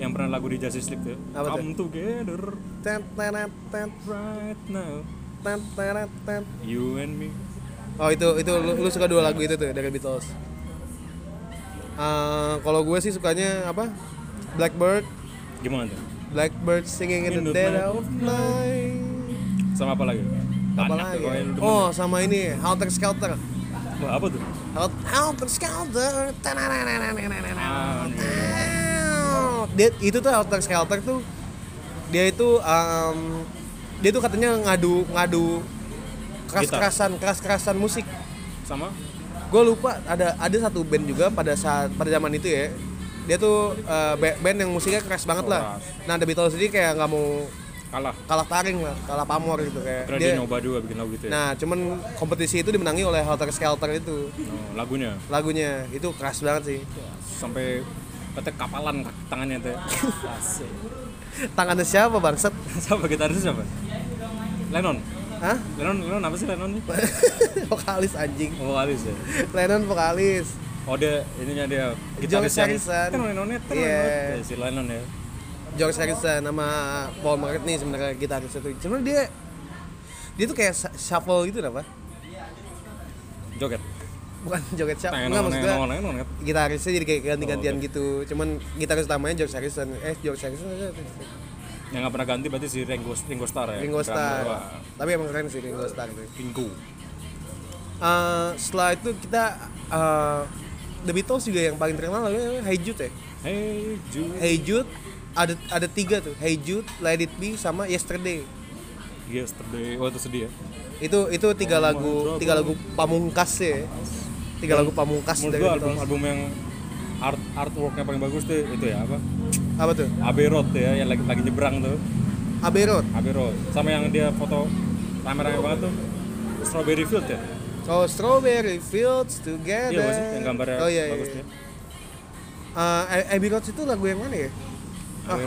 yang pernah lagu di Justice League tuh Apa Come together Ten, tenen, ten, right now ten, tenen, ten. you and me Oh itu itu lu, lu suka dua lagu itu tuh dari Beatles. Eh, kalau gue sih sukanya apa? Blackbird, gimana tuh Blackbird singing in the dead of night. sama apa lagi apa Banyak lagi tuh, pokoknya lu demen. oh sama ini Helter Skelter Wah, apa tuh Hel- Helter Skelter Tananananananananana. Ah, ini. dia itu tuh Helter Skelter tuh dia itu em, dia tuh katanya ngadu ngadu keras kerasan keras kerasan musik sama gue lupa ada ada satu band juga pada saat pada zaman itu ya dia tuh eh, ba- band yang musiknya keras banget lah Keras. nah The Beatles sendiri kayak nggak mau kalah kalah taring lah kalah pamor gitu kayak kira dia, dia nyoba juga bikin lagu gitu ya Nah, cuman kompetisi itu dimenangi oleh Helter Skelter itu. Oh, lagunya Lagunya itu keras banget sih. sampai kata kapalan kaki tangannya tuh ya. Asik. Tangannya siapa, Bangset? siapa gitaris siapa Lennon Hah? Lennon Lennon apa sih Lennon nih vokalis anjing. vokalis ya Lennon vokalis. oh dia ininya dia gitaris George Harrison. kan Lennonnya kan Iya. Lennon. Ya, si Lennon ya George Harrison sama Paul McCartney sebenarnya gitaris itu. Cuman dia dia tuh kayak sa- shuffle gitu apa? joget Bukan joget shuffle. Nenong, Enggak maksud nenong, gue nenong, nenong. gitarisnya jadi kayak ganti-gantian Oh, gitu. Cuman gitaris utamanya George Harrison. Eh, George Harrison yang nggak pernah ganti berarti si Ringo Ringo Starr ya Ringo Drummer. Wah, Starr. Tapi emang keren sih Ringo Starr tuh. Ringo Eh, setelah itu kita eh, The Beatles juga yang paling terkenal lagunya Hey Jude ya. hey Jude Hey Jude ada ada tiga tuh. Hey Jude, Let It Be sama Yesterday. yesterday oh itu sedih ya Itu itu tiga lagu tiga lagu pamungkas ya. Tiga lagu pamungkas menurut dari gua The album Beatles. album yang art artworknya paling bagus tuh itu ya apa Apa tuh? Abbey Road tuh ya yang lagi lagi nyebrang tuh Abbey Road. Abbey Road sama yang dia foto rame-rame banget tuh Strawberry Field ya Oh, Strawberry Fields iya Together. gak sih yang gambarnya oh, iya, bagus iya. tuh Eh, A- Abbey Road itu lagu yang mana ya? Abbey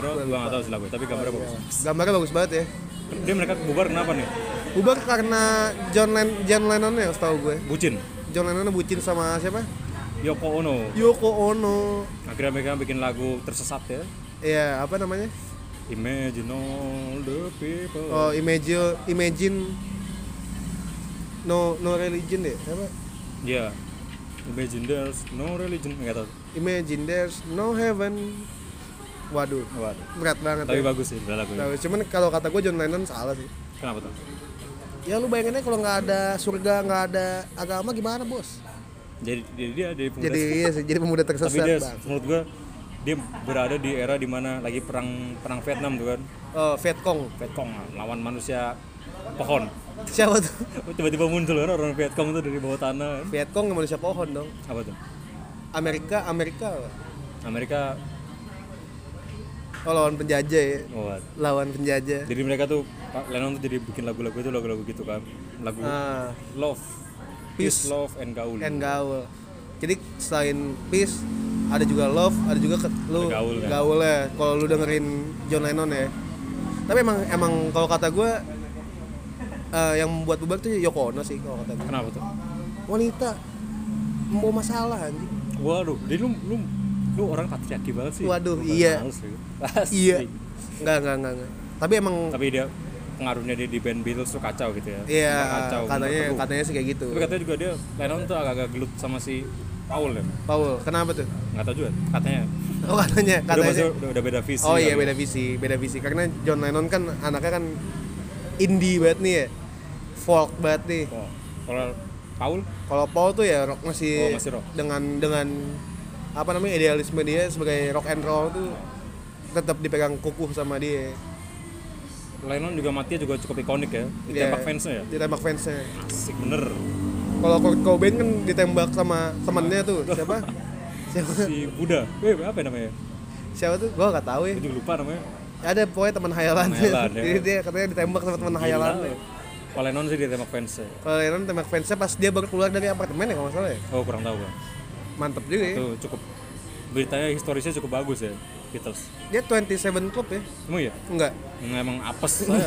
gua Road gua lupa. Oh, iya, gak tau sih lagu tapi gambarnya bagus Gambarnya bagus banget ya. dia mereka bubar kenapa nih Bubar karena John Len John Lennon ya setahu gue. bucin John Lennon bucin sama siapa? Yoko Ono Yoko Ono. akhirnya mereka bikin lagu tersesat ya Iya, apa namanya? Imagine all the people Oh, Imagine Imagine No No Religion deh. Apa? ya Imagine there's no religion nggak tahu Imagine there's no heaven. Waduh, Waduh. berat banget. tapi ya. bagus sih udah lagunya Tahu, Cuman kalau kata gue John Lennon salah sih. kenapa tuh Ya lu bayanginnya kalau nggak ada surga, nggak ada agama gimana, Bos? jadi jadi dia dari pemuda Jadi iya sih, jadi pemuda tapi tersesat, dia Bang. menurut gua dia berada di era dimana lagi perang perang Vietnam tuh kan Oh, Vietcong. Vietcong lawan manusia pohon Siapa tuh? tiba-tiba muncul kan orang Vietcong tuh dari bawah tanah kan. Vietcong nggak manusia pohon dong. apa tuh Amerika, Amerika. apa? Amerika Oh, lawan penjajah ya. oh, Lawan penjajah. jadi mereka tuh Pak Lennon tuh jadi bikin lagu-lagu itu lagu-lagu gitu kan lagu Ah, love peace, love and gaul and gaul. Jadi selain peace, ada juga love, ada juga ke- lu Ada gaul, kan? gaul ya. Kalau lu dengerin John Lennon ya. Tapi emang emang kalau kata gue eh, yang membuat bubar tuh Yoko Ono sih kalau kata gue. kenapa tuh Wanita mau masalah anjing. waduh jadi lu lu lu orang patriarki banget sih Waduh, Lu bakal iya. males sih. Pasti. Iya. Enggak, enggak, enggak, enggak. Tapi emang tapi dia pengaruhnya dia di band Beatles tuh kacau gitu ya iya kacau katanya menurut aku. katanya sih kayak gitu. tapi katanya juga dia Lennon tuh agak-agak gelut sama si Paul ya Paul, kenapa tuh? nggak tahu juga katanya Oh, katanya, udah, katanya. maksudnya udah, udah beda visi Oh iya kali. ya. beda visi, beda visi. Karena John Lennon kan anaknya kan indie banget nih ya, folk banget nih. Oh, kalau Paul Kalau Paul tuh ya rock Oh, masih, masih rock. dengan dengan apa namanya idealisme dia sebagai rock and roll tuh tetap dipegang kukuh sama dia. Lennon juga matinya juga cukup ikonik ya ditembak Iya, fansnya ya Ditembak fansnya. asik bener Kalau Kurt Cobain kan ditembak sama temennya tuh siapa? siapa? si Buddha eh apa ya namanya Siapa tuh? Gua nggak tahu ya. gue juga lupa namanya Ada pokoknya teman hayalannya. Hayalan, ya. Jadi dia katanya ditembak sama teman hayalannya. Gila. Kalau Lennon sih ditembak ya. fansnya Kalau Lennon tembak fansnya pas dia baru keluar dari apartemen ya kalau nggak salah ya. oh kurang tahu kan mantep juga ya. itu cukup beritanya historisnya cukup bagus ya Beatles Dia 27 Club ya? emang ya Enggak. emang apes saya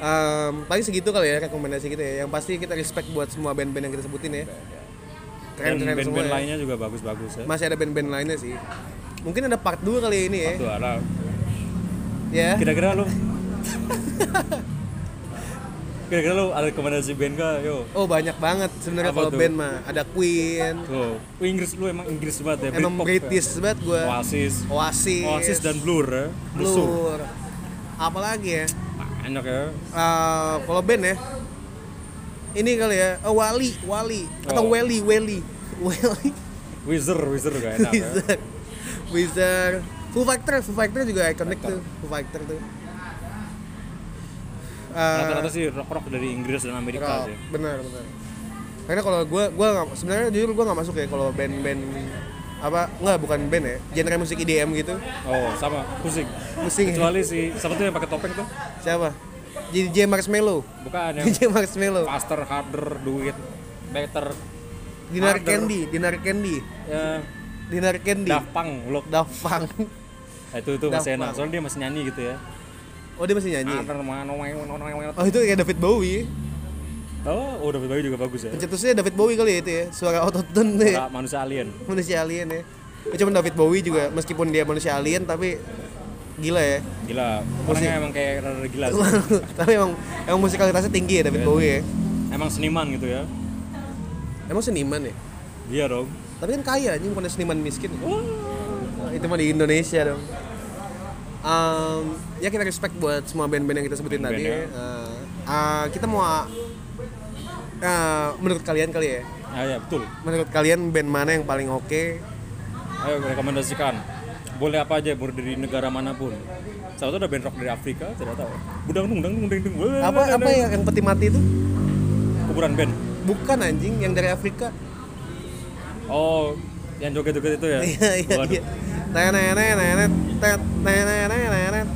Em, paling segitu kali ya rekomendasi kita ya. Yang pasti kita respect buat semua band-band yang kita sebutin ya. dan Keren-keren semua. band-band ya. lainnya juga bagus-bagus ya Masih ada band-band lainnya sih. Mungkin ada part 2 kali ini ya. Tuh, ala. Ya. kira-kira lu kira-kira lu ada rekomendasi band gak yo Oh, banyak banget sebenarnya Apa kalau tuh? band mah. Ada Queen. tuh lu Inggris lu emang Inggris banget ya Emang Britpop British banget ya. gua. Oasis Oasis. Oasis dan Blur ya Blur Blur. Apalagi ya? banyak ya Eh, kalau band ya. Ini kali ya. Oh, Wali, Wali atau Oh. Welly, Welly. Welly. Wizard Wizard gak enak ya Wizard. Wizard. Foo Fighter, Foo Fighter juga ikonik tuh, Foo Fighter tuh. Eh, rata-rata sih rock-rock dari Inggris dan Amerika rock. sih benar benar. Karena kalau gue gue nggak- sebenarnya jujur gue nggak masuk ya kalau band-band apa nggak bukan band ya genre musik IDM gitu oh sama pusing Pusing ya? kecuali si siapa tuh yang pakai topeng tuh siapa DJ Marshmello bukan yang DJ Marshmello faster harder do it better Dinar Harder. Candy Dinar Candy ya Dinar Candy Daft Punk look Daft Punk Nah, itu itu Daft masih enak Punk. soalnya dia masih nyanyi gitu ya oh dia masih nyanyi Oh, oh itu kayak David Bowie oh David Bowie juga bagus ya. pencetusnya David Bowie kali ya itu ya suara autotune tuh ya Ah, manusia alien. manusia alien ya. ya cuman David Bowie juga meskipun dia manusia alien tapi gila ya Gila, orangnya emang kayak rada gila sih. tapi emang emang musikalitasnya tinggi ya David Bowie ya Emang seniman gitu ya. emang seniman ya Iya dong. tapi kan kaya anjing bukan seniman miskin ya. Nah, itu mah di Indonesia dong Em, ya kita respect buat semua band-band yang kita sebutin tadi Band-band ya. Eh, eh, kita mau eh, menurut kalian kali ya Ah, ya betul. menurut kalian band mana yang paling oke Ayo rekomendasikan. Boleh apa aja baru dari negara manapun. Salah satu ada band rock dari Afrika, tidak tahu. Budang dung dang dung ding dung. Wah, apa ada- apa yang, yang peti mati itu kuburan band. bukan anjing yang dari Afrika Oh, yang joget-joget itu ya. Iya iya Waduh. iya. Tenenenenet, tet, tenenenenenet.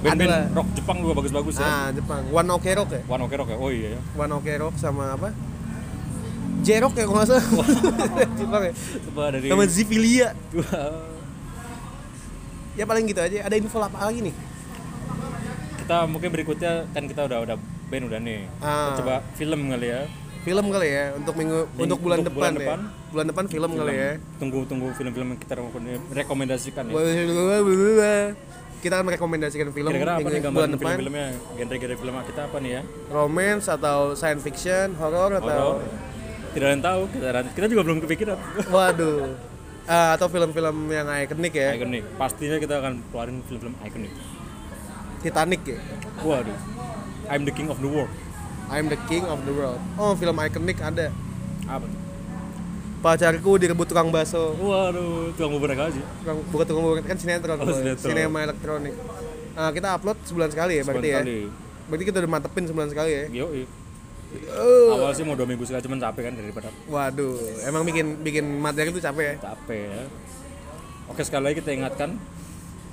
Band-band Adalah. rock Jepang juga bagus-bagus ya. Ah, Jepang. One Ok Rock ya? One Ok Rock ya. Oh iya ya. One Ok Rock sama apa? Jerok ya kalau nggak salah. Jepang ya. Coba dari Sama Zipilia. Wah. Ya paling gitu aja. Ada info apa lagi nih? kita mungkin berikutnya kan kita udah udah band udah nih. Ah. Kita Coba film kali ya. Film kali ya untuk minggu untuk bulan untuk depan bulan ya. depan. Bulan depan film, kali ya. Tunggu tunggu film-film yang kita rekomendasikan ya. Kita akan merekomendasikan film Kira-kira apa minggu- nih bulan gambaran depan. film-filmnya? Genre-genre film kita apa nih ya? Romance atau science fiction, horor atau Horor. Tidak ada yang tahu. Kita kita juga belum kepikiran. waduh. Ah, atau film-film yang ikonik ya. Ikonik. Pastinya kita akan keluarin film-film ikonik. Titanic ya. Waduh. I'm the king of the world. I'm the king of the world. Oh, film ikonik ada. Apa? tuh? Pacarku direbut tukang bakso. Waduh, tukang bubur naga aja. Tukang- bukan tukang bubur kan sinetron, Oh, Boy. sinetron. sinema elektronik. Ah, kita upload sebulan sekali ya berarti ya. Sekali. Iya. Berarti kita udah mantepin sebulan sekali ya. Yo, Eh, awal sih mau dua minggu sekali, cuman capek kan daripada Waduh, emang bikin bikin materi itu capek ya. capek ya. Oke sekali lagi kita ingatkan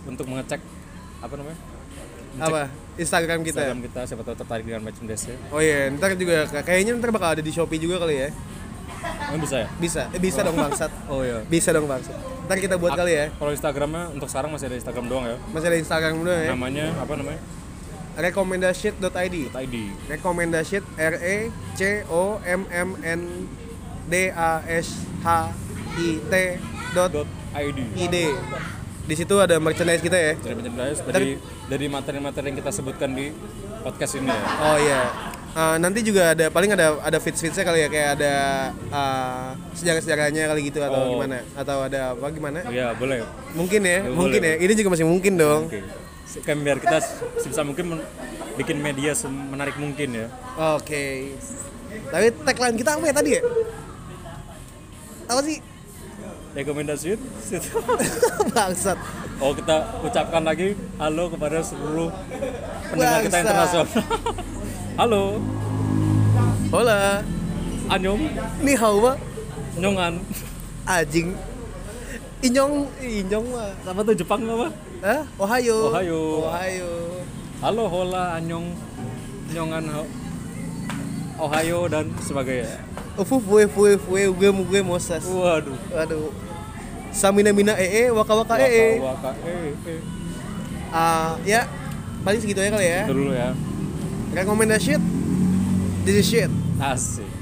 untuk mengecek apa namanya Apa? Instagram kita. Instagram kita siapa tahu tertarik dengan merchandise nya Oh iya, ntar juga kayaknya ntar bakal ada di Shopee juga kali ya. Emang bisa ya? Bisa. Eh, bisa dong bangsat. Oh iya. Bisa dong bangsat. Ntar kita buat kali ya. Kalau Instagramnya untuk sekarang masih ada Instagram doang ya. Masih ada Instagram dulu ya. Namanya apa namanya? Rekomendashit.id. .id. Rekomendashit R E C O M M N D A S H I T dot .id. ID. Di situ ada merchandise kita ya. Dari merchandise dari dari materi-materi yang kita sebutkan di podcast ini ya. Oh iya. Eh, nanti juga ada paling ada ada fits fitsnya kali ya kayak ada eh, sejarah-sejarahnya kali gitu atau Oh. gimana atau ada apa gimana? Oh iya, boleh. Mungkin ya, Ya, mungkin ya. Ini juga masih mungkin dong. Oke. Kan biar kita sebisa mungkin men- bikin media menarik mungkin ya. Oke. Tapi tagline kita apa ya tadi ya? Apa sih? Rekomendasi Bangsat. Oh kita ucapkan lagi halo kepada seluruh pendengar Bangsa. kita internasional. halo, Hola. Anyong, Ni hao wa. Nyongan. Ajing. Inyong, inyong wa. Apa tuh Jepang apa? Hah? Ohayo. Ohayo. Ohayo. Halo hola Anyong, Nyongan. ho- Ohio dan sebagainya. Ufu Oh, fue fue fue gue mu gue mosas. eh, Waduh. Waduh. Samina mina ee waka waka ee. Waka, waka, eh, eh. Ah, ya paling segitu aja kali ya. Itu dulu ya. Rekomendasi shit. This is shit. Asik.